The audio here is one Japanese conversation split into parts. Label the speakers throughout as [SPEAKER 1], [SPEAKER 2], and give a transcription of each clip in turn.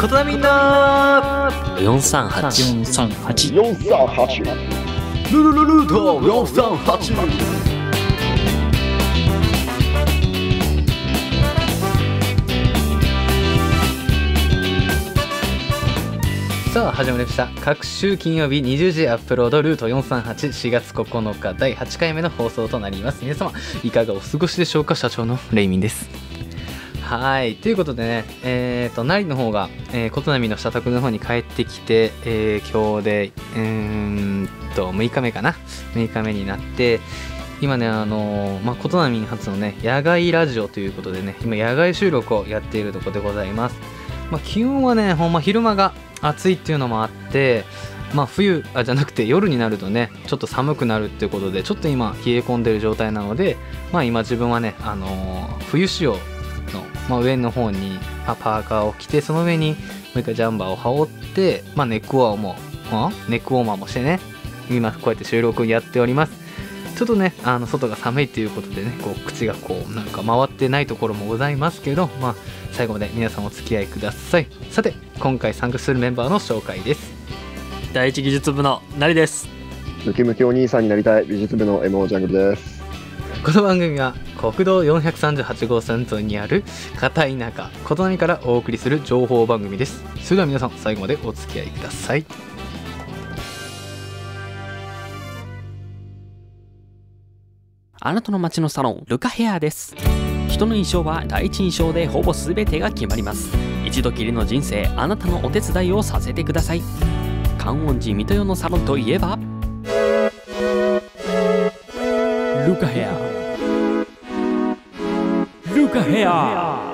[SPEAKER 1] ことだみんな
[SPEAKER 2] 438
[SPEAKER 3] 438
[SPEAKER 4] 438
[SPEAKER 1] ルルルルート438
[SPEAKER 2] さあ始まりました各週金曜日20時アップロードルート4384月9日第8回目の放送となります皆様いかがお過ごしでしょうか社長のレイミンですはいということでねえっ、とナリの方が、えー、琴波の社宅の方に帰ってきて、えー今日でうーんと6日目かな6日目になって今ねあのーまあ琴波初のね野外ラジオということでね今野外収録をやっているところでございますまあ、気温はねほんま昼間が暑いっていうのもあって、まあ、冬あじゃなくて夜になるとねちょっと寒くなるっていうことでちょっと今冷え込んでる状態なので、まあ、今自分はね、あのー冬仕様の、まあ、上の方に、まあ、パーカーを着てその上にもう一回ジャンバーを羽織って、まあ、ネックウォーマーも、うん、ネックウォーマーもしてね今こうやって収録やっておりますちょっとねあの外が寒いということでねこう口がこうなんか回ってないところもございますけどまあ最後まで皆さんお付き合いくださいさて今回参加するメンバーの紹介です
[SPEAKER 3] 第一技術部のなりです
[SPEAKER 4] ムキムキお兄さんになりたい美術部の MO ジャングルです
[SPEAKER 2] この番組は国道438号線沿いにある片田舎琴波からお送りする情報番組ですそれでは皆さん最後までお付き合いください
[SPEAKER 5] あなたの街のサロンルカヘアです人の印象は第一印象でほぼ全てが決まります一度きりの人生あなたのお手伝いをさせてください観音寺水戸代のサロンといえばルカヘアルカヘア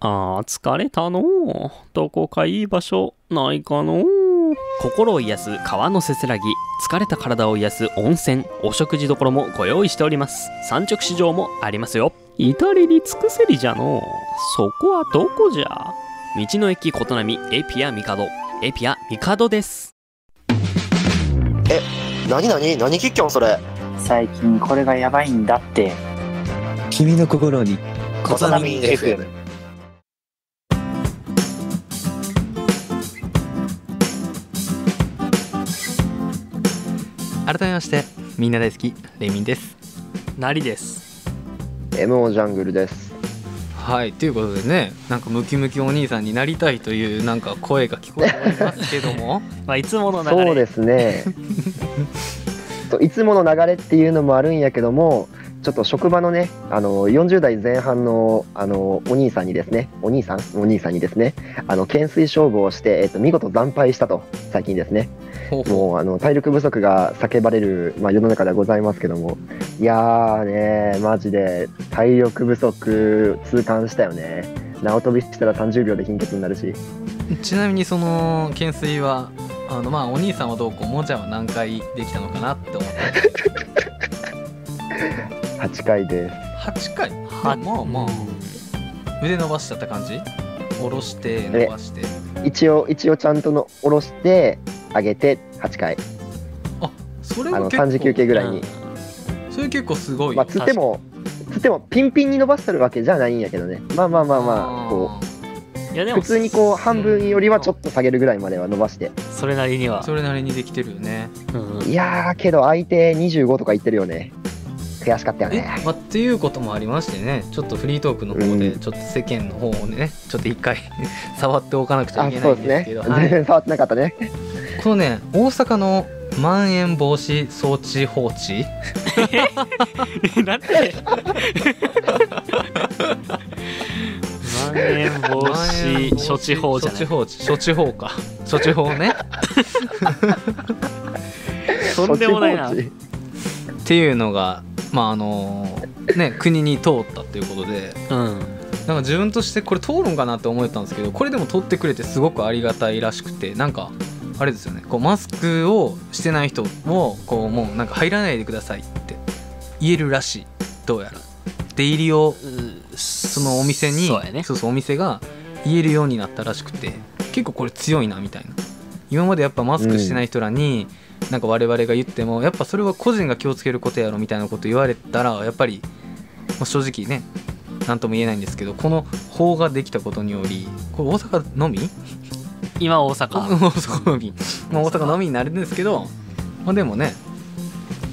[SPEAKER 5] あー疲れたのうどこかいい場所ないかのう心を癒す川のせせらぎ疲れた体を癒す温泉お食事処もご用意しております産直市場もありますよ至れり尽くせりじゃのそこはどこじゃ道の駅琴波エピア帝エピア帝です
[SPEAKER 6] 何何何キッキョンそれ
[SPEAKER 7] 最近これがやばいんだって
[SPEAKER 8] 君の心に
[SPEAKER 6] コトナミ FM
[SPEAKER 2] 改めましてみんな大好きレミンです
[SPEAKER 3] なりです。
[SPEAKER 4] MO ジャングルです
[SPEAKER 2] はいということでねなんかムキムキお兄さんになりたいというなんか声が聞こえておりますけど も
[SPEAKER 3] まあいつもの
[SPEAKER 4] そう
[SPEAKER 3] 流れ。
[SPEAKER 4] で すねといつもの流れっていうのもあるんやけどもちょっと職場のねあの40代前半のあのお兄さんにですねお兄さんお兄さんにですねあの懸垂勝負をして、えっと、見事惨敗したと最近ですね
[SPEAKER 2] ほうほう
[SPEAKER 4] もうあの体力不足が叫ばれる、まあ、世の中ではございますけどもいやーねマジで体力不足痛感したよね縄跳びしたら30秒で貧血になるし
[SPEAKER 2] ちなみにその懸垂はあのまあお兄さんはどうこうもんちゃんは何回できたのかなって思って
[SPEAKER 4] 8回です
[SPEAKER 2] 8回
[SPEAKER 3] は
[SPEAKER 2] まあまあ腕伸ばしちゃった感じ下ろして伸ばして
[SPEAKER 4] 一応一応ちゃんとの下ろして上げて8回
[SPEAKER 2] それ
[SPEAKER 4] あ
[SPEAKER 2] は
[SPEAKER 4] の
[SPEAKER 2] 結構
[SPEAKER 4] 3時休憩ぐらいに、
[SPEAKER 2] それ結構すごいよ
[SPEAKER 4] まあつってもつってもピンピンに伸ばしてるわけじゃないんやけどねまあまあまあまあこ
[SPEAKER 3] いやで
[SPEAKER 4] う
[SPEAKER 3] も
[SPEAKER 4] 普通にこう半分よりはちょっと下げるぐらいまでは伸ばして
[SPEAKER 3] それなりには。
[SPEAKER 2] それなりにできてるよね
[SPEAKER 3] うん
[SPEAKER 4] いやーけど相手25とか言ってるよね悔しかったよ
[SPEAKER 2] え
[SPEAKER 4] ね、
[SPEAKER 2] まあ、っていうこともありましてねちょっとフリートークの方で
[SPEAKER 4] うん
[SPEAKER 2] ちょっと世間の方をねちょっと一回 触っておかなくちゃ
[SPEAKER 4] あ
[SPEAKER 2] いけな
[SPEAKER 4] そ
[SPEAKER 2] い
[SPEAKER 4] うんで
[SPEAKER 2] で
[SPEAKER 4] す
[SPEAKER 2] すけ
[SPEAKER 4] ね
[SPEAKER 2] ど、
[SPEAKER 4] 全然触ってなかったね
[SPEAKER 2] このね大阪のまん延防止装置放置
[SPEAKER 3] なんて。まん延防
[SPEAKER 2] まん
[SPEAKER 3] 止
[SPEAKER 2] 延防止
[SPEAKER 3] 処置法じゃ
[SPEAKER 2] 処
[SPEAKER 3] な
[SPEAKER 2] 置
[SPEAKER 3] い。
[SPEAKER 2] 法処置法か処置法ね
[SPEAKER 3] とんでもないな
[SPEAKER 4] そっちこっち
[SPEAKER 2] っていうのがまああのね国に通ったっていうことで
[SPEAKER 3] うん。
[SPEAKER 2] なんか自分としてこれ通るんかなって思ってたんですけどこれでも取ってくれてすごくありがたいらしくてなんかあれですよねこうマスクをしてない人もこうもうなんか入らないでくださいって言えるらしいどうやら出入りをそ
[SPEAKER 3] そ
[SPEAKER 2] のお店に
[SPEAKER 3] そうやね。
[SPEAKER 2] そうそうお店が言えるようになったらしくて結構これ強いなみたいな今までやっぱマスクしてない人らに、なんか我々が言ってもやっぱそれは個人が気をつけることやろみたいなこと言われたらやっぱり、まあ正直ね何とも言えないんですけどこの法ができたことによりこれ大阪のみ
[SPEAKER 5] 今大
[SPEAKER 2] 大
[SPEAKER 5] 阪
[SPEAKER 2] 阪のみ、まあ、大阪のみになるんですけど、まあ、でもね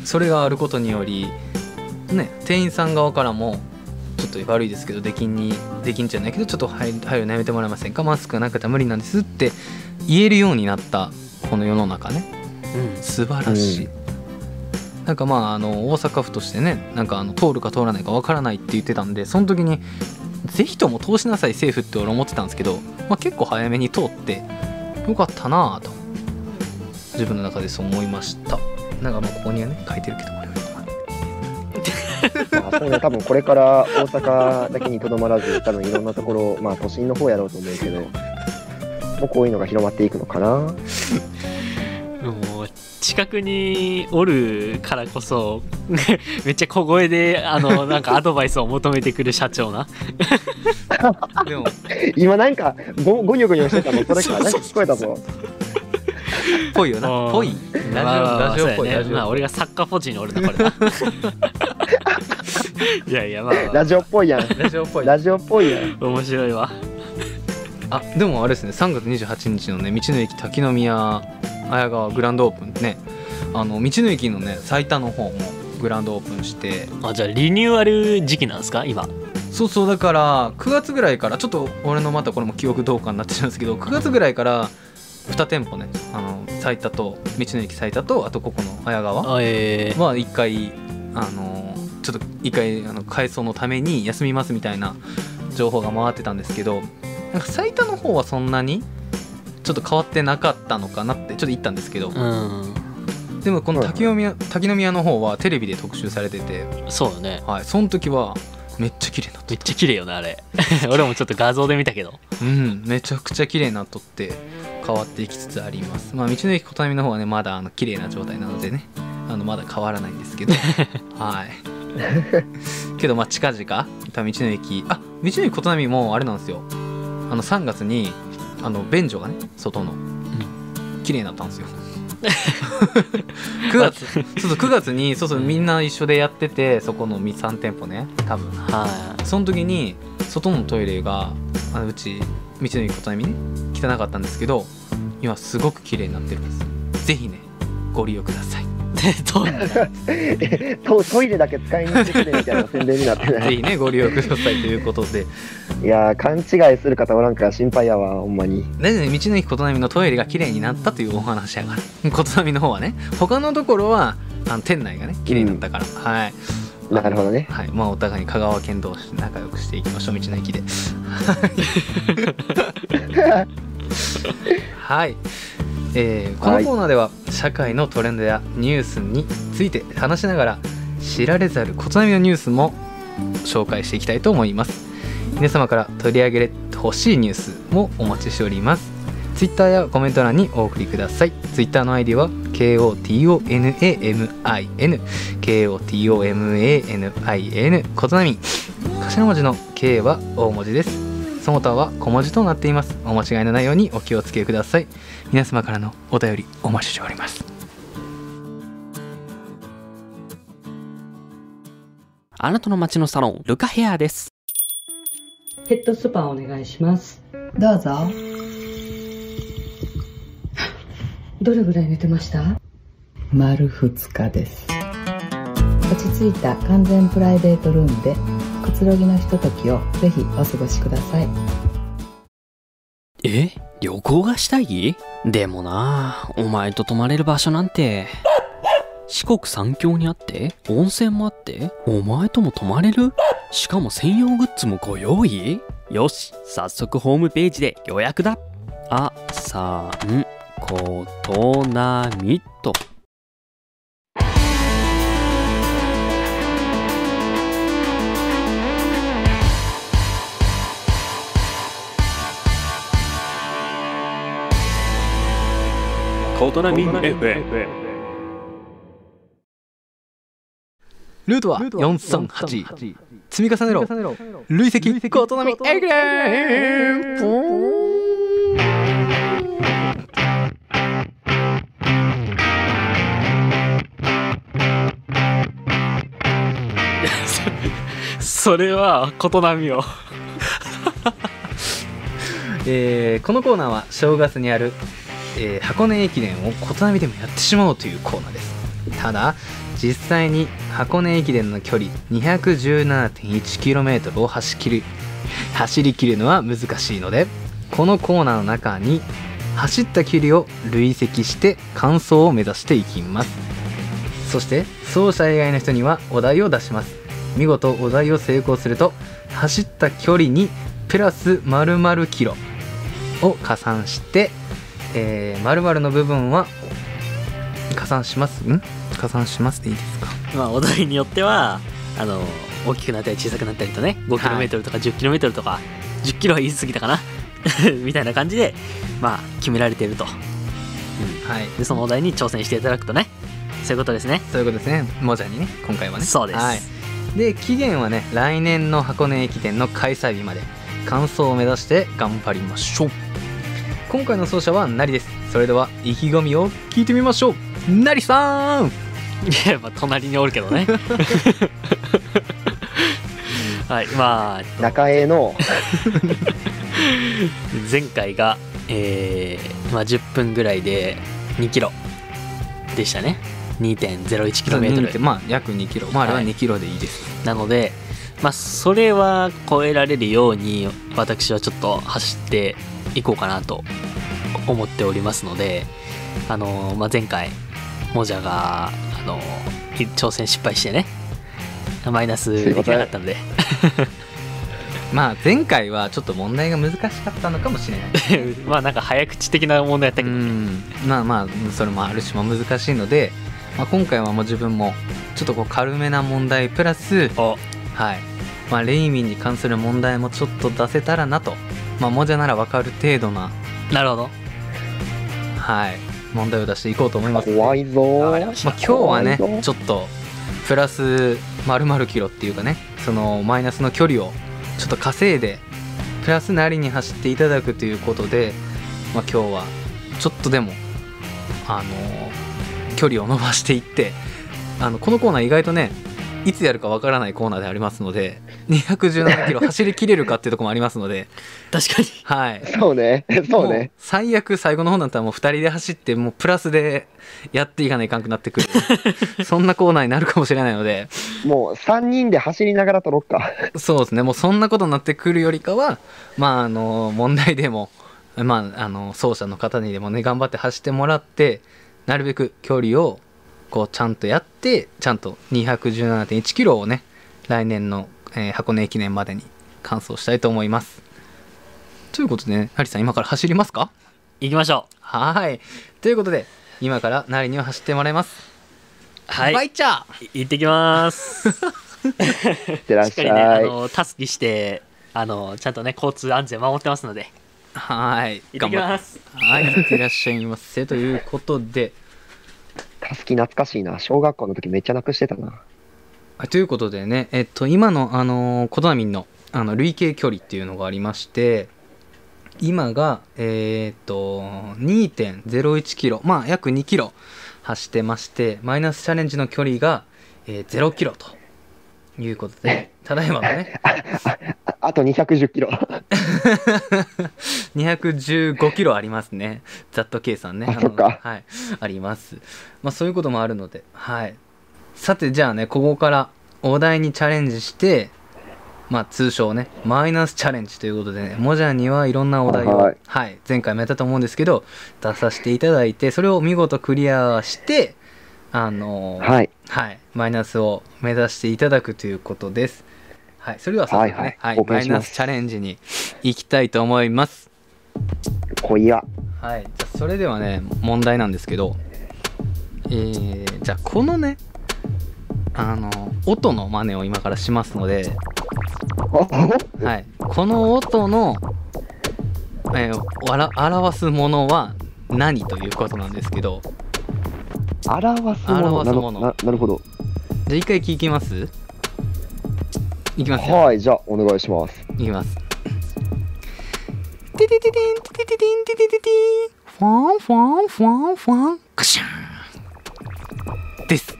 [SPEAKER 2] それがあることにより、ね、店員さん側からもちょっと悪いですけど出禁に出禁じゃないけどちょっと入る入るのやめてもらえませんかマスクがなくて無理なんですって言えるようになったこの世の中ね素晴らしい、なんかまああの大阪府としてねなんかあの通るか通らないかわからないって言ってたんでその時にぜひとも通しなさい政府って俺思ってたんですけど、まあ、結構早めに通ってよかったなぁと自分の中でそう思いましたなんかまあここにはね書いてるけどこれは
[SPEAKER 4] まあそうね、多分これから大阪だけにとどまらず、多分いろんなところ、まあ都心の方やろうと思うけど、もうこういうのが広まっていくのかな。
[SPEAKER 5] もう近くにおるからこそ めっちゃ小声であのなんかアドバイスを求めてくる社長な
[SPEAKER 2] でも
[SPEAKER 4] 今なんかご、ごにょごにょしてたの、それか、なんか聞こえたぞ。
[SPEAKER 2] ぽいよ な
[SPEAKER 5] あー
[SPEAKER 2] ぽいラジオラジオっぽい
[SPEAKER 5] まあまあまあそうや
[SPEAKER 2] ラ
[SPEAKER 5] ね
[SPEAKER 2] ジ
[SPEAKER 5] まあ
[SPEAKER 2] オっ
[SPEAKER 5] 俺が作家ポジにおるなこ れないやいやまあ、ま
[SPEAKER 4] ラジオっぽいやん。
[SPEAKER 2] ぽいラジオっぽい
[SPEAKER 4] ラジオっぽいやん。
[SPEAKER 5] あ、面白いわ
[SPEAKER 2] あでもあれですね3月28日のね道の駅滝宮綾川グランドオープンねあの道の駅のね最多の方もグランドオープンして
[SPEAKER 5] あじゃあリニューアル時期なんですか今
[SPEAKER 2] そうそうだから9月ぐらいからちょっと俺のまたこれも記憶どうかになってしまうんですけど9月ぐらいから2店舗ねあの最多と道の駅最多とあとここの綾川
[SPEAKER 5] あえー
[SPEAKER 2] まあ一回あのちょっと一回あの改装のために休みますみたいな情報が回ってたんですけどなんか最多の方はそんなにちょっと変わってなかったのかなってちょっと言ったんですけど、でもこの滝宮滝宮の方はテレビで特集されてて、
[SPEAKER 5] うんそうよね
[SPEAKER 2] はい、その時はめっちゃ綺麗になっと
[SPEAKER 5] め
[SPEAKER 2] っ
[SPEAKER 5] っちゃ綺麗よねあれ 俺もちょっと画像で見たけど
[SPEAKER 2] たうんめちゃくちゃ綺麗になっとって変わっていきつつありますまあ道の駅小谷の方はねまだあの綺麗な状態なのでねあのまだ変わらないんですけどはいけどまあ近々やっぱ道の駅あ道の駅小谷もあれなんですよあの3月にあの便所がね外の綺麗になったんですよ 9月そうそう9月にそうそうみんな一緒でやっててそこの3店舗ね多分
[SPEAKER 5] は
[SPEAKER 2] その時に外のトイレがあのうち道の駅ことなみね汚かったんですけど今すごく綺麗になってるんですぜひねご利用ください
[SPEAKER 5] いでどう
[SPEAKER 4] トトイレだけ使いに行ってくれみたいな宣伝になってな
[SPEAKER 2] ぜ
[SPEAKER 4] い。
[SPEAKER 2] ひねご利用くださいということで
[SPEAKER 4] いやー、勘違いする方おらんから心配やわ、ほんまに。
[SPEAKER 2] なぜね道の駅ことなみのトイレが綺麗になったというお話やから ことなみの方はね他のところはあの店内がね綺麗になったから、はい
[SPEAKER 4] なるほどね。
[SPEAKER 2] はいまあお互いに香川県同士仲良くしていきましょう道の駅ではい、えーこのコーナーでは社会のトレンドやニュースについて話しながら知られざる異なみのニュースも紹介していきたいと思います皆様から取り上げてほしいニュースもお待ちしておりますツイッターやコメント欄にお送りくださいツイッターの ID は KOTONAMIN KOTOMANIN コトナミ頭文字の K は大文字ですその他は小文字となっていますお間違いのないようにお気をつけください皆様からのお便りお待ちしております
[SPEAKER 5] あなたの街のサロンルカヘアです
[SPEAKER 9] ヘッドスパお願いします。どうぞ。 どれぐらい寝てました
[SPEAKER 10] 丸2日です
[SPEAKER 9] 落ち着いた完全プライベートルームでくつろぎのひとときをぜひお過ごしください。
[SPEAKER 5] え旅行がしたいでもなお前と泊まれる場所なんて四国三峡にあって温泉もあってお前とも泊まれるしかも専用グッズもご用意よし早速ホームページで予約だあさんことなみと
[SPEAKER 11] ことなみ FM
[SPEAKER 2] ルートは438積み重ねろ累積コートナミエグレーンポ
[SPEAKER 5] す
[SPEAKER 3] それは事並みを
[SPEAKER 2] えーこのコーナーは正月にある、えー箱根駅伝をことなみでもやってしまおうというコーナーですただ実際に箱根駅伝の距離 217.1km を走りきる走りきるのは難しいのでこのコーナーの中に走った距離を累積して完走を目指していきますそして走者以外の人にはお題を出します見事お題を成功すると走った距離にプラス〇〇キロを加算して、えー、〇〇の部分は加算しますん加算しますでいいですか
[SPEAKER 5] まあお題によってはあの大きくなったり小さくなったりとね 5km とか 10km とか 10km は言い過ぎたかな みたいな感じでまあ決められていると
[SPEAKER 2] はい
[SPEAKER 5] でそのお題に挑戦していただくとねそういうことですね
[SPEAKER 2] そういうことですねもじゃにね今回はね
[SPEAKER 5] そうです
[SPEAKER 2] はい、で期限はね来年の箱根駅伝の開催日まで完走を目指して頑張りましょう今回の走者はなりですそれでは意気込みを聞いてみましょうなりさん
[SPEAKER 5] いやまあ隣におるけどねはいまあ
[SPEAKER 4] 中江の
[SPEAKER 5] 前回が、えーまあ、10分ぐらいで2キロでしたね 2.01km
[SPEAKER 2] まあ約2キロまああれは
[SPEAKER 5] はい
[SPEAKER 2] 2キロでいいです、
[SPEAKER 5] なので、まあ、それは超えられるように私はちょっと走っていこうかなと思っておりますので、あのまあ、前回モジャが、あの挑戦失敗してねマイナスできなかったので
[SPEAKER 2] まあ前回はちょっと問題が難しかったのかもしれない
[SPEAKER 5] まあなんか早口的な問題やったけ
[SPEAKER 2] う
[SPEAKER 5] ど、
[SPEAKER 2] んまあまあそれもあるしまあ難しいので、まあ、今回はもう自分もちょっとこう軽めな問題プラス
[SPEAKER 5] お
[SPEAKER 2] はいまあレイミンに関する問題もちょっと出せたらなとまあもじゃなら分かる程度な
[SPEAKER 5] なるほど
[SPEAKER 2] はい問題を出していこうと思いますまあ
[SPEAKER 4] 怖いぞ
[SPEAKER 5] わかり
[SPEAKER 4] ー
[SPEAKER 5] まし
[SPEAKER 2] 今
[SPEAKER 5] た
[SPEAKER 2] 日はね
[SPEAKER 4] 怖いぞ
[SPEAKER 2] ちょっとプラス丸々キロっていうかねそのマイナスの距離をちょっと稼いでプラスなりに走っていただくということで、まあ、今日はちょっとでもあの距離を伸ばしていってあのこのコーナー意外とねいつやるかわからないコーナーでありますので217キロ走りきれるかっていうところもありますので
[SPEAKER 5] 確かに
[SPEAKER 2] はい
[SPEAKER 4] そうねそう
[SPEAKER 2] もう
[SPEAKER 4] ね
[SPEAKER 2] 最悪最後の方だったらもう2人で走ってもうプラスでやっていかないかんくなってくる そんなコーナーになるかもしれないので
[SPEAKER 4] もう3人で 走りながら撮ろっか
[SPEAKER 2] そうですねもうそんなことになってくるよりかはまああの問題でもまああの走者の方にでもね頑張って走ってもらってなるべく距離をこうちゃんとやってちゃんと217.1キロをね来年の、えー箱根駅伝までに完走したいと思いますということでねハリさん今から走りますか
[SPEAKER 5] 行きましょう
[SPEAKER 2] はーい。ということで、今からナリには走ってもらいます。
[SPEAKER 5] はい
[SPEAKER 2] バイチャー
[SPEAKER 5] い行ってきます
[SPEAKER 4] いってらっ
[SPEAKER 5] しっか
[SPEAKER 4] し
[SPEAKER 5] りねあ
[SPEAKER 4] ゃい
[SPEAKER 5] のタスキしてあのちゃんとね交通安全守ってますので
[SPEAKER 2] はーい。
[SPEAKER 5] 行ってき
[SPEAKER 2] 張っ
[SPEAKER 5] ます
[SPEAKER 2] はい。いってらっしゃいませ。ということで、
[SPEAKER 4] たすき懐かしいな小学校の時めっちゃなくしてたな
[SPEAKER 2] あということでね、えっと、今の、あのー、コトナミンの、あの、累計距離っていうのがありまして、今が、えーっと、2.01キロ、まあ、約2キロ走ってまして、マイナスチャレンジの距離が、えー0キロということ で、ただいまのね、
[SPEAKER 4] ああと210キロ
[SPEAKER 2] 215キロありますね。ざっと計算ね。
[SPEAKER 4] あ
[SPEAKER 2] の
[SPEAKER 4] そっか
[SPEAKER 2] はい。あります。まあそういうこともあるので、はい。さて、じゃあね、ここからお題にチャレンジして、まあ通称ね、マイナスチャレンジということでね、モジャにはいろんなお題を、は
[SPEAKER 4] はいい、
[SPEAKER 2] 前回もやったと思うんですけど、出させていただいて、それを見事クリアして、あのーはい、
[SPEAKER 4] はい
[SPEAKER 2] マイナスを目指していただくということです。はい、それでは早速ね、
[SPEAKER 4] はい
[SPEAKER 2] は
[SPEAKER 4] はいいお願
[SPEAKER 2] マ
[SPEAKER 4] い
[SPEAKER 2] イ
[SPEAKER 4] します
[SPEAKER 2] ナスチャレンジに行きたいと思います。
[SPEAKER 4] 小岩
[SPEAKER 2] はい、じゃあそれではね問題なんですけど、えーじゃあこのねあの音の真似を今からしますので、はい、この音の、えーわら表すものは何ということなんですけど
[SPEAKER 4] 表すもの
[SPEAKER 2] 表すも
[SPEAKER 4] な
[SPEAKER 2] の
[SPEAKER 4] るななるほど
[SPEAKER 2] じゃあ一回聞きますいきますよ
[SPEAKER 4] はいじゃあお願いします
[SPEAKER 2] いきます。テテテテンテテテテンテテテテンファンファンファンファンカシャンです。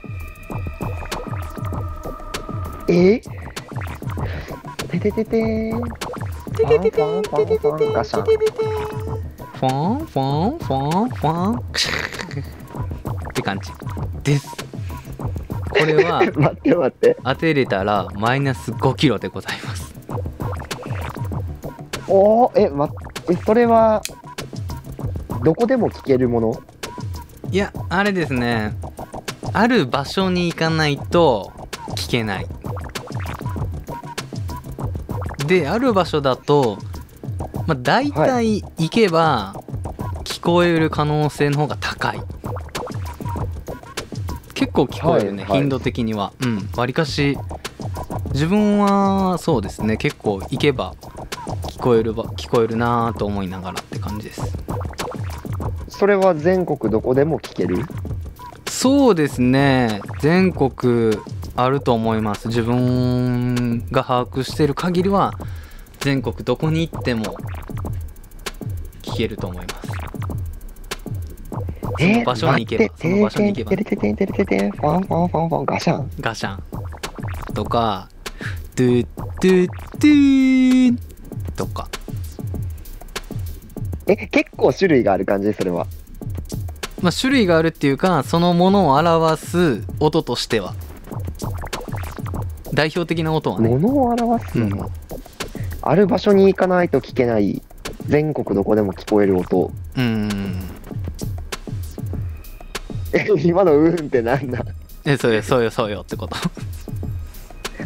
[SPEAKER 4] えーてててーん。ててててーん。ててててーん。ガシャン。
[SPEAKER 2] ファンファンファンファンクシャーって感じですこれは
[SPEAKER 4] 待って待って。
[SPEAKER 2] 当てれたらマイナス5キロでございます
[SPEAKER 4] おー、え、ま、え、それは、どこでも聞けるもの
[SPEAKER 2] いやあれですねある場所に行かないと聞けないである場所だとまあ大
[SPEAKER 4] は
[SPEAKER 2] 体行けば聞こえる可能性の方が高い結構聞こえるね、
[SPEAKER 4] はいはい
[SPEAKER 2] 頻度的にはうんわりかし自分はそうですね結構行けば聞こえるば聞こえるなぁと思いながらって感じです
[SPEAKER 4] それは全国どこでも聞ける
[SPEAKER 2] そうですね全国あると思います自分が把握している限りは全国どこに行っても聞けると思いますその場所に行けばその場所に行けば
[SPEAKER 4] てれててんてれててん、ファンファンファンファン、ガシャン。
[SPEAKER 2] ガシャンとかドゥドゥドゥーとか
[SPEAKER 4] え、結構種類がある感じそれは。
[SPEAKER 2] まあ種類があるっていうかそのものを表す音としては代表的な音はね、
[SPEAKER 4] 物を表す
[SPEAKER 2] う
[SPEAKER 4] も
[SPEAKER 2] ん
[SPEAKER 4] の、ある場所に行かないと聞けない、全国どこでも聞こえる音。
[SPEAKER 2] うん
[SPEAKER 4] え、今のうーんってなんだ
[SPEAKER 2] えそうよそうよそうよってこと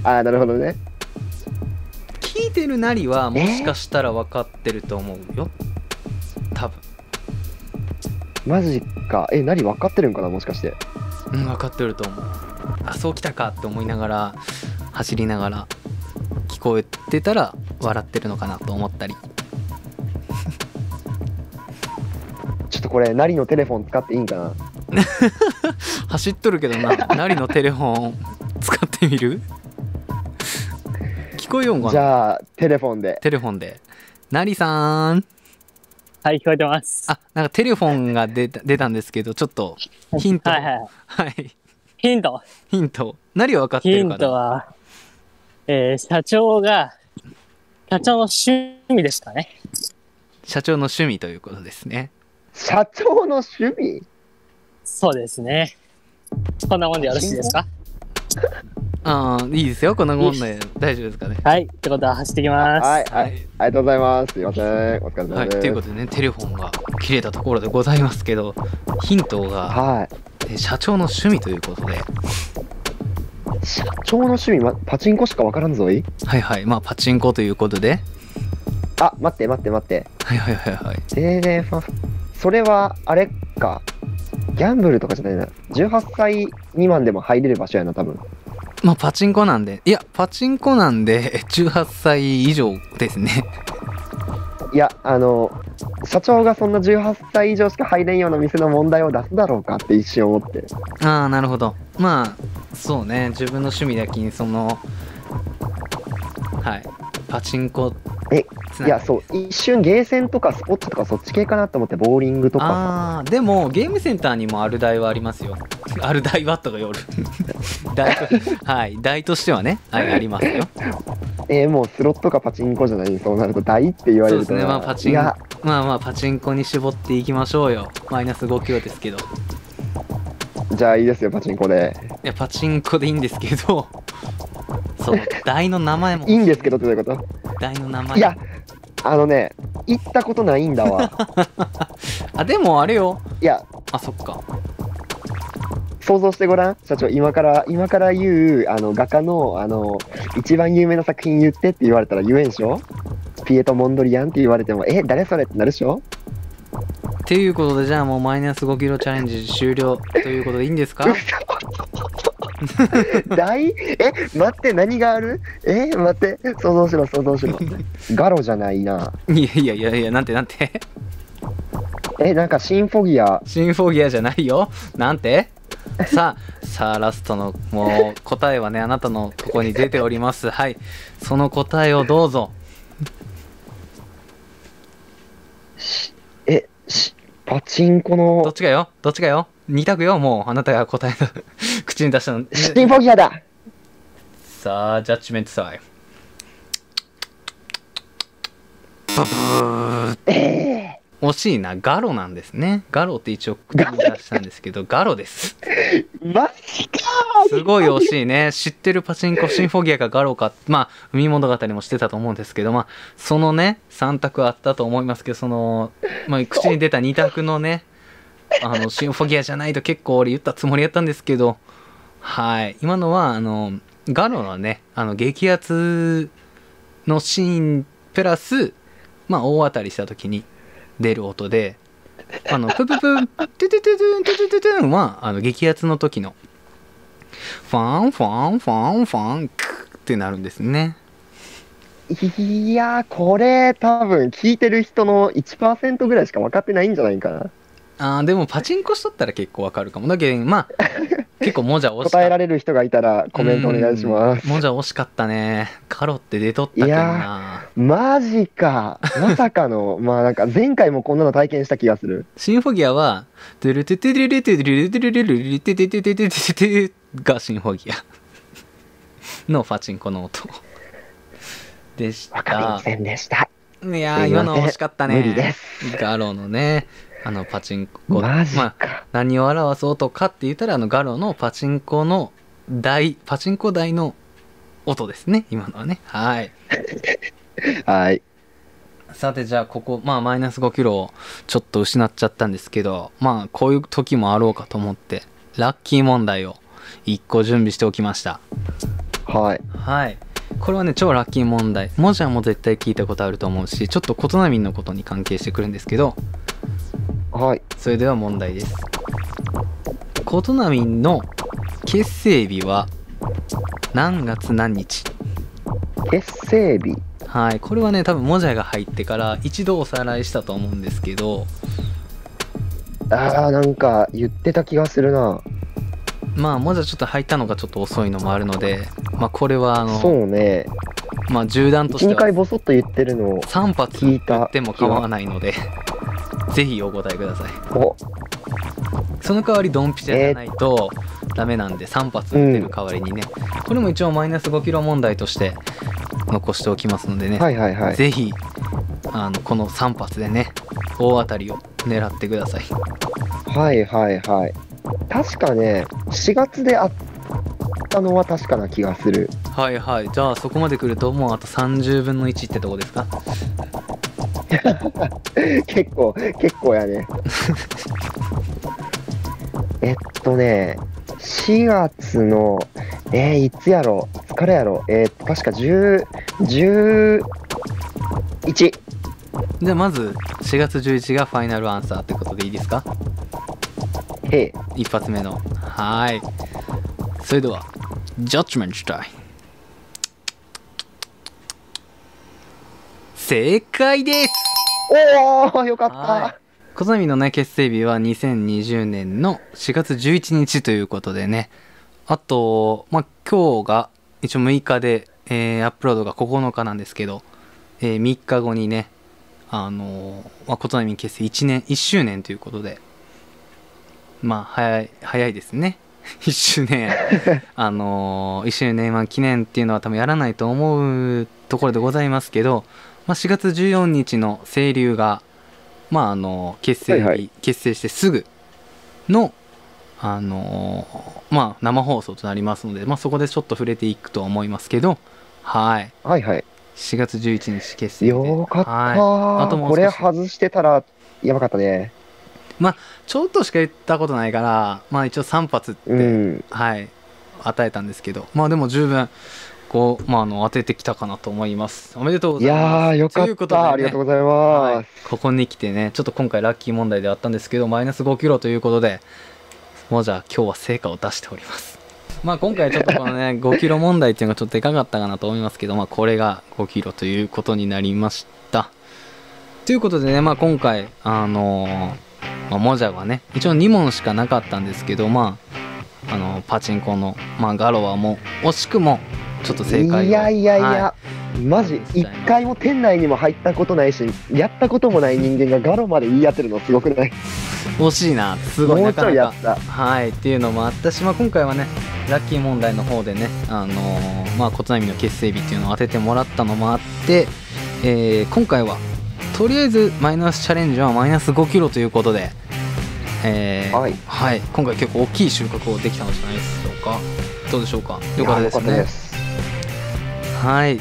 [SPEAKER 4] ああ、なるほどね。
[SPEAKER 2] 聞いてるなりはもしかしたら分かってると思うよ多分、
[SPEAKER 4] マジか。え、何分かってるんかなもしかして。
[SPEAKER 2] うん、分かってると思うあそうきたかって思いながら走りながら聞こえてたら笑ってるのかなと思ったり
[SPEAKER 4] ちょっとこれ、何のテレフォン使っていいんかな
[SPEAKER 2] 走っとるけど ななりのテレフォン使ってみる聞こえようんか
[SPEAKER 4] じ
[SPEAKER 2] な
[SPEAKER 4] ゃあ、テレフォンで。
[SPEAKER 2] テレフォンでなりさーん
[SPEAKER 7] はい、聞こえてます。
[SPEAKER 2] あなんかテレフォンが出た出たんですけどちょっとヒント
[SPEAKER 7] はいはい。
[SPEAKER 2] はい
[SPEAKER 7] ヒント。
[SPEAKER 2] ヒントなりは分かって
[SPEAKER 7] ヒ
[SPEAKER 2] る
[SPEAKER 7] ン
[SPEAKER 2] か
[SPEAKER 7] ト
[SPEAKER 2] ら
[SPEAKER 7] は、えー、社長が、社長の趣味ですかね。
[SPEAKER 2] 社長の趣味ということですね
[SPEAKER 4] 社長の趣味
[SPEAKER 7] そうですね。こんなもんでよろしいですか
[SPEAKER 2] ああ、いいですよ、こんなもんで大丈夫ですかね。
[SPEAKER 7] はい。ってことは走ってきます。
[SPEAKER 4] はい、はい。ありがとうございます。すいません。お疲れ
[SPEAKER 2] は
[SPEAKER 4] 様
[SPEAKER 2] い、
[SPEAKER 4] です。
[SPEAKER 2] ということでね、テレフォンが切れたところでございますけど、ヒントが、
[SPEAKER 4] はい。
[SPEAKER 2] え社長の趣味ということで、
[SPEAKER 4] 社長の趣味、ま、パチンコしかわからんぞい。
[SPEAKER 2] はいはい、まあ、パチンコということで、
[SPEAKER 4] あ、待って待って待って。
[SPEAKER 2] はいはいはいはい。
[SPEAKER 4] でね、ファそれは、あれか。ギャンブルとかじゃないな。18歳未満でも入れる場所やな、多分。
[SPEAKER 2] まあ、パチンコなんで、いや、パチンコなんで、18歳以上ですね。
[SPEAKER 4] いや、あの、社長がそんな18歳以上しか入れんような店の問題を出すだろうかって一瞬思って。
[SPEAKER 2] ああ、なるほど。まあ、そうね、自分の趣味だけに、その、はい、パチンコ、
[SPEAKER 4] え
[SPEAKER 2] つながり
[SPEAKER 4] いや、そう、一瞬ゲーセンとかスポットとかそっち系かなと思って、ボーリングとか。
[SPEAKER 2] あーでもゲームセンターにもある台はありますよある台はとか夜 台とはい台としてはね、はい、ありますよ
[SPEAKER 4] えーもうスロットかパチンコじゃないそうなると大って言われると
[SPEAKER 2] そうですねまあパチン
[SPEAKER 4] いや、
[SPEAKER 2] まあまあパチンコに絞っていきましょうよマイナス5キロですけどい
[SPEAKER 4] じゃあいいですよ、パチンコで。
[SPEAKER 2] やパチンコでいいんですけど その台の名前も
[SPEAKER 4] いいんですけどってどういうこと
[SPEAKER 2] 台の名前
[SPEAKER 4] いや、あのね、行ったことないんだ わ。
[SPEAKER 2] あでもあれよ
[SPEAKER 4] いや、
[SPEAKER 2] あそっか
[SPEAKER 4] 想像してごらん、社長、今から、今から言う、あの、画家の、あの、一番有名な作品言ってって言われたら言えんでしょピエト・モンドリアンって言われても、え、誰それってなるでしょ
[SPEAKER 2] っていうことでじゃあもうマイナス5キロチャレンジ終了ということでいいんですか
[SPEAKER 4] 大 え、待って、何があるえ、待って、想像しろ、想像しろ。ガロじゃないな。
[SPEAKER 2] いやいやいやいやなんてなんて
[SPEAKER 4] え、なんかシンフォギア、
[SPEAKER 2] シンフォギアじゃないよ。なんてさあ、さあ、ラストのもう答えはね、あなたのここに出ております。はい。その答えをどうぞ。
[SPEAKER 4] え、しパチンコ
[SPEAKER 2] どっ
[SPEAKER 4] の、
[SPEAKER 2] ちかよ。どっちかよ。二択よ。もう、あなたが答えの 口に出したの。
[SPEAKER 4] シンフォギアだ
[SPEAKER 2] さあ、ジャッジメントサイ。惜しいなガロなんですねガロって一応口に出したんですけどガロです
[SPEAKER 4] マジか
[SPEAKER 2] すごい惜しいね知ってるパチンコシンフォギアかガロかまあ海物語もしてたと思うんですけどまあそのね3択あったと思いますけどその、まあ、口に出た2択のねあのシンフォギアじゃないと結構俺言ったつもりやったんですけどはい今のはあのガロのねあの激アツのシーンプラスまあ大当たりした時に出る音であのプププントゥトゥトゥトゥントゥトゥトゥトゥンはあの激アツの時のファンファンファンファンクッってなるんですね
[SPEAKER 4] いやーこれ多分聞いてる人の1%ぐらいしか分かってないんじゃないかな
[SPEAKER 2] あーでもパチンコしとったら結構わかるかもだけどまあ結構もじゃ惜しか
[SPEAKER 4] 答
[SPEAKER 2] っ
[SPEAKER 4] えられる人がいたらコメントお願いします
[SPEAKER 2] たもじゃ惜しかったねカロって出とったけど
[SPEAKER 4] い
[SPEAKER 2] な
[SPEAKER 4] マジ かまさかのまあなんか前回もこんなの体験した気がする
[SPEAKER 2] シンフォギアは「トゥルトゥトゥルルトゥルルトゥルルルルルトゥトゥトゥトゥトゥトゥトゥ」がシンフォギアのパチンコの音でし
[SPEAKER 4] わかりま
[SPEAKER 2] た
[SPEAKER 4] せんでした
[SPEAKER 2] いやー
[SPEAKER 4] すい
[SPEAKER 2] 今
[SPEAKER 4] ません
[SPEAKER 2] の惜しかったね
[SPEAKER 4] 無理で
[SPEAKER 2] ガロのねあのパチンコ
[SPEAKER 4] マジ
[SPEAKER 2] まあ、何を表す音かって言ったらあのガロのパチンコの台パチンコ台の音ですね今のはねはい
[SPEAKER 4] はい
[SPEAKER 2] さてじゃあここまあマイナス5キロをちょっと失っちゃったんですけどまあこういう時もあろうかと思ってラッキー問題を1個準備しておきました
[SPEAKER 4] はい
[SPEAKER 2] はいこれはね超ラッキー問題もじゃも絶対聞いたことあると思うしちょっと琴波のことに関係してくるんですけど
[SPEAKER 4] はい
[SPEAKER 2] それでは問題です琴波の結成日は何月何日
[SPEAKER 4] 結成日
[SPEAKER 2] はいこれはね多分もじゃが入ってから一度おさらいしたと思うんですけど
[SPEAKER 4] あーなんか言ってた気がするな
[SPEAKER 2] まあもじゃちょっと入ったのがちょっと遅いのもあるのでまあこれはあの
[SPEAKER 4] そうね
[SPEAKER 2] まあ銃弾として
[SPEAKER 4] 12
[SPEAKER 2] は
[SPEAKER 4] 回ボソッと言ってるのを
[SPEAKER 2] 3発
[SPEAKER 4] 聞いた
[SPEAKER 2] 撃っても構わないので ぜひお答えください
[SPEAKER 4] お
[SPEAKER 2] その代わりドンピシャじゃないとダメなんで3発撃ってる代わりにね、これも一応マイナス5キロ問題として残しておきますのでね、
[SPEAKER 4] はいはいはい
[SPEAKER 2] ぜひあのこの3発でね大当たりを狙ってください
[SPEAKER 4] はいはいはい確かね4月であったのは確かな気がする
[SPEAKER 2] はいはいじゃあそこまで来るともうあと30分の1ってとこですか
[SPEAKER 4] 結構結構やね えっとね4月のえー、いつやろいつからやろえー、確か10 11
[SPEAKER 2] じゃあまず4月11がファイナルアンサーってことでいいですか
[SPEAKER 4] へい
[SPEAKER 2] 一発目のはーいそれではジャッジメントしたい正解です
[SPEAKER 4] おおよかった、
[SPEAKER 2] はい小波のね結成日は2020年の4月11日ということでねあとまあ今日が一応6日で、えーアップロードが9日なんですけど、え3日後にねあのーまあ、小波結成1年1周年ということでまあ早い早いですね 1 周年あのー1周年は記念っていうのは多分やらないと思うところでございますけど、まあ、4月14日の清流がまああの結
[SPEAKER 4] は
[SPEAKER 2] 成日、
[SPEAKER 4] いはい
[SPEAKER 2] 結成してすぐのあのーまあ生放送となりますので、まあ、そこでちょっと触れていくとは思いますけどはい
[SPEAKER 4] はいはい
[SPEAKER 2] 4月11日結成で
[SPEAKER 4] よかった、
[SPEAKER 2] はいあともう少
[SPEAKER 4] こ
[SPEAKER 2] し
[SPEAKER 4] れ外してたらやばかったね
[SPEAKER 2] ちょっとしか言ったことないからまあ一応3発って、
[SPEAKER 4] うん
[SPEAKER 2] はい与えたんですけどまあでも十分こう、まあ、あの当ててきたかなと思いますおめでとうご
[SPEAKER 4] い
[SPEAKER 2] ざいま
[SPEAKER 4] やー
[SPEAKER 2] す
[SPEAKER 4] よか
[SPEAKER 2] とい
[SPEAKER 4] っ
[SPEAKER 2] うこ
[SPEAKER 4] た、
[SPEAKER 2] とでね
[SPEAKER 4] ありがとうござい
[SPEAKER 2] は
[SPEAKER 4] ま
[SPEAKER 2] い
[SPEAKER 4] す、、
[SPEAKER 2] ここに来てねちょっと今回ラッキー問題ではあったんですけどマイナス5キロということでもうじゃあ今日は成果を出しておりますまあ今回ちょっとこの ね5キロ問題っていうのがちょっとでかかったかなと思いますけどまあこれが5キロということになりましたということでねまあ今回あのーまあ、もじゃはね一応2問しかなかったんですけどまああのパチンコの、まあ、ガロはもう惜しくもちょっと正解を
[SPEAKER 4] いやいやいや、
[SPEAKER 2] は
[SPEAKER 4] マジ一回も店内にも入ったことないしやったこともない人間がガロまで言い当てるのすごくない
[SPEAKER 2] 惜しいなすごい
[SPEAKER 4] も
[SPEAKER 2] な
[SPEAKER 4] うち
[SPEAKER 2] か
[SPEAKER 4] ょい
[SPEAKER 2] な
[SPEAKER 4] や
[SPEAKER 2] か
[SPEAKER 4] った
[SPEAKER 2] はいっていうのもあったし、まあ、今回はねラッキー問題の方でね、あのーまあ、琴波の結成日っていうのを当ててもらったのもあって、えー今回はとりあえずマイナスチャレンジはマイナス5キロということで、えーはい今回結構大きい収穫をできたのじゃないでしょうかどうでしょうかよかったで
[SPEAKER 4] いやよ
[SPEAKER 2] す
[SPEAKER 4] かった
[SPEAKER 2] ね
[SPEAKER 4] です
[SPEAKER 2] はい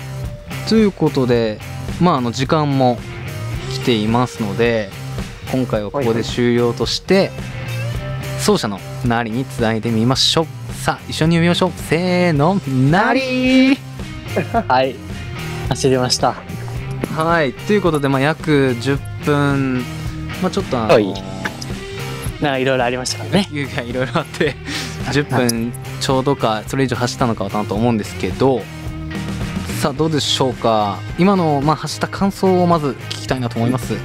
[SPEAKER 2] ということでまああの時間も来ていますので今回はここで終了として、奏者のなりにつないでみましょうさあ一緒に読みましょうせーのなり
[SPEAKER 7] はい走りました
[SPEAKER 2] はいということで、まあ、約10分、まあ、ちょっとあの、
[SPEAKER 7] はい
[SPEAKER 2] い
[SPEAKER 7] なんかいろいろありましたからね
[SPEAKER 2] いろいろあって10分ちょうどかそれ以上走ったのかなと思うんですけどさあどうでしょうか今の、まあ、走った感想をまず聞きたいなと思います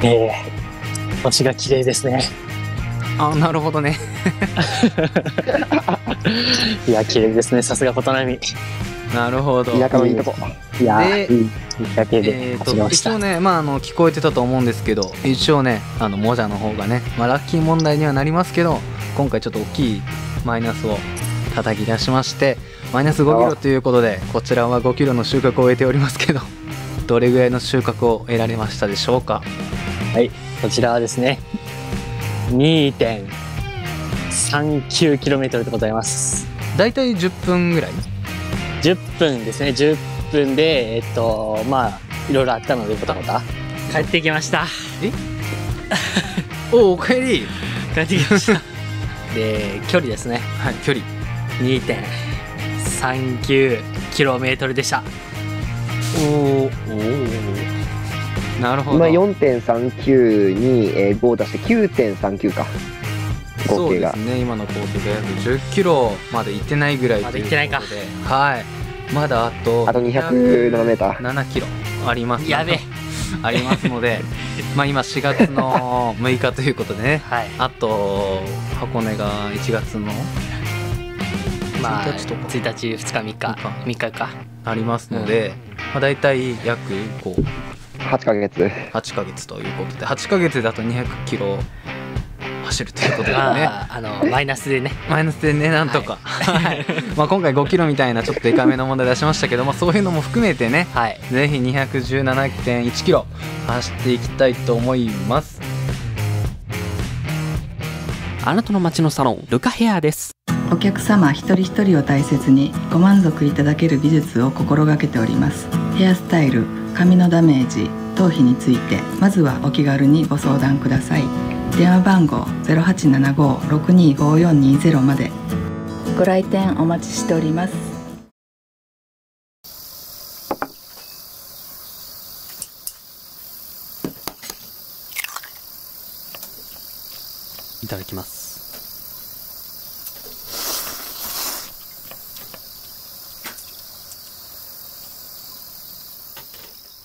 [SPEAKER 7] えー、星が綺麗ですね
[SPEAKER 2] あなるほどね
[SPEAKER 7] いや綺麗ですねさすが琴波
[SPEAKER 2] なるほど
[SPEAKER 7] 田舎のいいとこいや
[SPEAKER 2] で
[SPEAKER 7] ーいいだけ
[SPEAKER 2] え
[SPEAKER 7] で
[SPEAKER 2] ーと
[SPEAKER 7] 走りまし
[SPEAKER 2] 一
[SPEAKER 7] た、
[SPEAKER 2] 応ね、まあ、あの聞こえてたと思うんですけど一応ねあのモジャの方がね、まあ、ラッキー問題にはなりますけど今回ちょっと大きいマイナスを叩き出しましてマイナス5キロということでこちらは5キロの収穫を終えておりますけど どれぐらいの収穫を得られましたでしょうか
[SPEAKER 7] はいこちらはですね 2.39km でございます
[SPEAKER 2] だいたい10分ぐらい
[SPEAKER 7] 10分ですね10分でえっとまあいろいろあったのでボタボタ帰ってきました
[SPEAKER 2] えおおおかえり
[SPEAKER 7] 帰ってきました で距離ですね
[SPEAKER 2] はい距離
[SPEAKER 7] 2.39km でした
[SPEAKER 2] おおなるほど
[SPEAKER 4] 今4.39に、えー、5出して9.39か
[SPEAKER 2] そ
[SPEAKER 4] 合
[SPEAKER 2] う
[SPEAKER 4] 計
[SPEAKER 2] で
[SPEAKER 4] が
[SPEAKER 2] すね今の工程が約10キロまで行ってないぐらい
[SPEAKER 7] まだ
[SPEAKER 2] という
[SPEAKER 7] 行って
[SPEAKER 2] ことで
[SPEAKER 7] ないか
[SPEAKER 2] はいまだあと
[SPEAKER 4] あと207メーター
[SPEAKER 2] 7キロあります
[SPEAKER 7] やべえ
[SPEAKER 2] あります のでまあ今4月の6日ということでね、
[SPEAKER 7] はい
[SPEAKER 2] あと箱根が1月の
[SPEAKER 7] まあ
[SPEAKER 2] 1日とか
[SPEAKER 7] 1日2日3日3日か
[SPEAKER 2] ありますので、まあ、大体約こう
[SPEAKER 4] 8ヶ月
[SPEAKER 2] 8ヶ月ということで8ヶ月だと200キロ走るということでね
[SPEAKER 7] まああのマイナスでね
[SPEAKER 2] マイナスでねなんとか、はい まあ今回5キロみたいなちょっとデカめの問題出しましたけど、まあ、そういうのも含めてね
[SPEAKER 7] はい
[SPEAKER 2] ぜひ217.1キロ走っていきたいと思います
[SPEAKER 5] あなたの街のサロンルカヘアです
[SPEAKER 10] お客様一人一人を大切にご満足いただける美術を心がけておりますヘアスタイル髪のダメージ頭皮についてまずはお気軽にご相談ください電話番号0875-625420までご来店お待ちしております
[SPEAKER 5] いただきます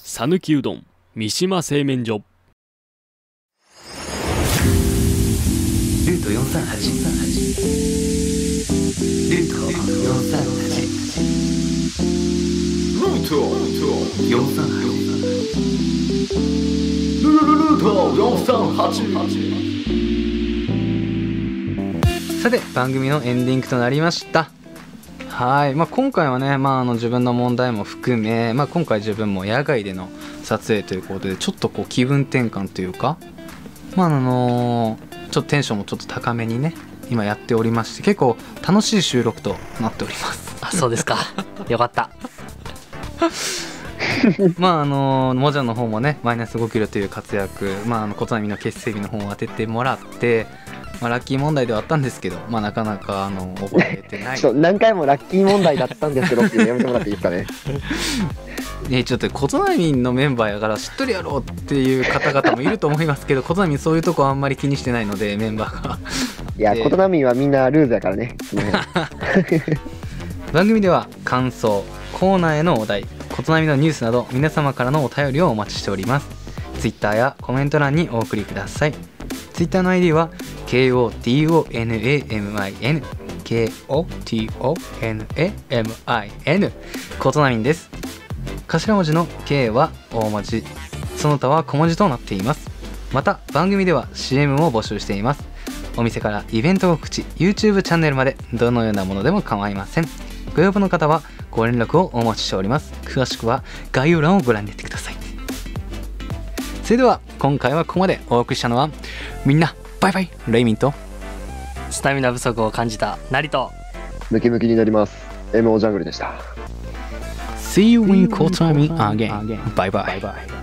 [SPEAKER 11] 讃岐うどん三島製麺所
[SPEAKER 1] ルート438ルート438ルート438ルルルルート438
[SPEAKER 2] さて番組のエンディングとなりましたはい、まあ、今回はね、まあ、あの自分の問題も含め、まあ、今回自分も野外での撮影ということでちょっとこう気分転換というかまああのーちょっとテンションもちょっと高めにね今やっておりまして結構楽しい収録となっております
[SPEAKER 7] あそうですかよかった
[SPEAKER 2] まああのモジャの方もねマイナス5キロという活躍まああの琴波の結成日の方を当ててもらって、まあ、ラッキー問題ではあったんですけど、まあ、なかなかあの覚えてない
[SPEAKER 4] ちょっと何回もラッキー問題だったんですけ どっていうのやめてもらっていいですかね
[SPEAKER 2] ねちょっと琴波のメンバーやから知っとるやろっていう方々もいると思いますけど琴波そういうとこあんまり気にしてないのでメンバーが。
[SPEAKER 4] いや
[SPEAKER 2] えー
[SPEAKER 4] 琴波はみんなルーズやからねその辺
[SPEAKER 2] 番組では感想コーナーへのお題琴波のニュースなど皆様からのお便りをお待ちしております Twitter やコメント欄にお送りください Twitter の ID は KOTONAMIN KOTONAMIN 琴波です頭文字の K は大文字その他は小文字となっていますまた番組では CM も募集していますお店からイベント告知 YouTube チャンネルまでどのようなものでも構いませんご要望の方はご連絡をお待ちしております詳しくは概要欄をご覧になってくださいそれでは今回はここまでお送りしたのはみんなバイバイレイミンと
[SPEAKER 5] スタミナ不足を感じた成と
[SPEAKER 4] ムキムキになります MO ジャングルでした
[SPEAKER 2] See you in Kotami again. Bye bye.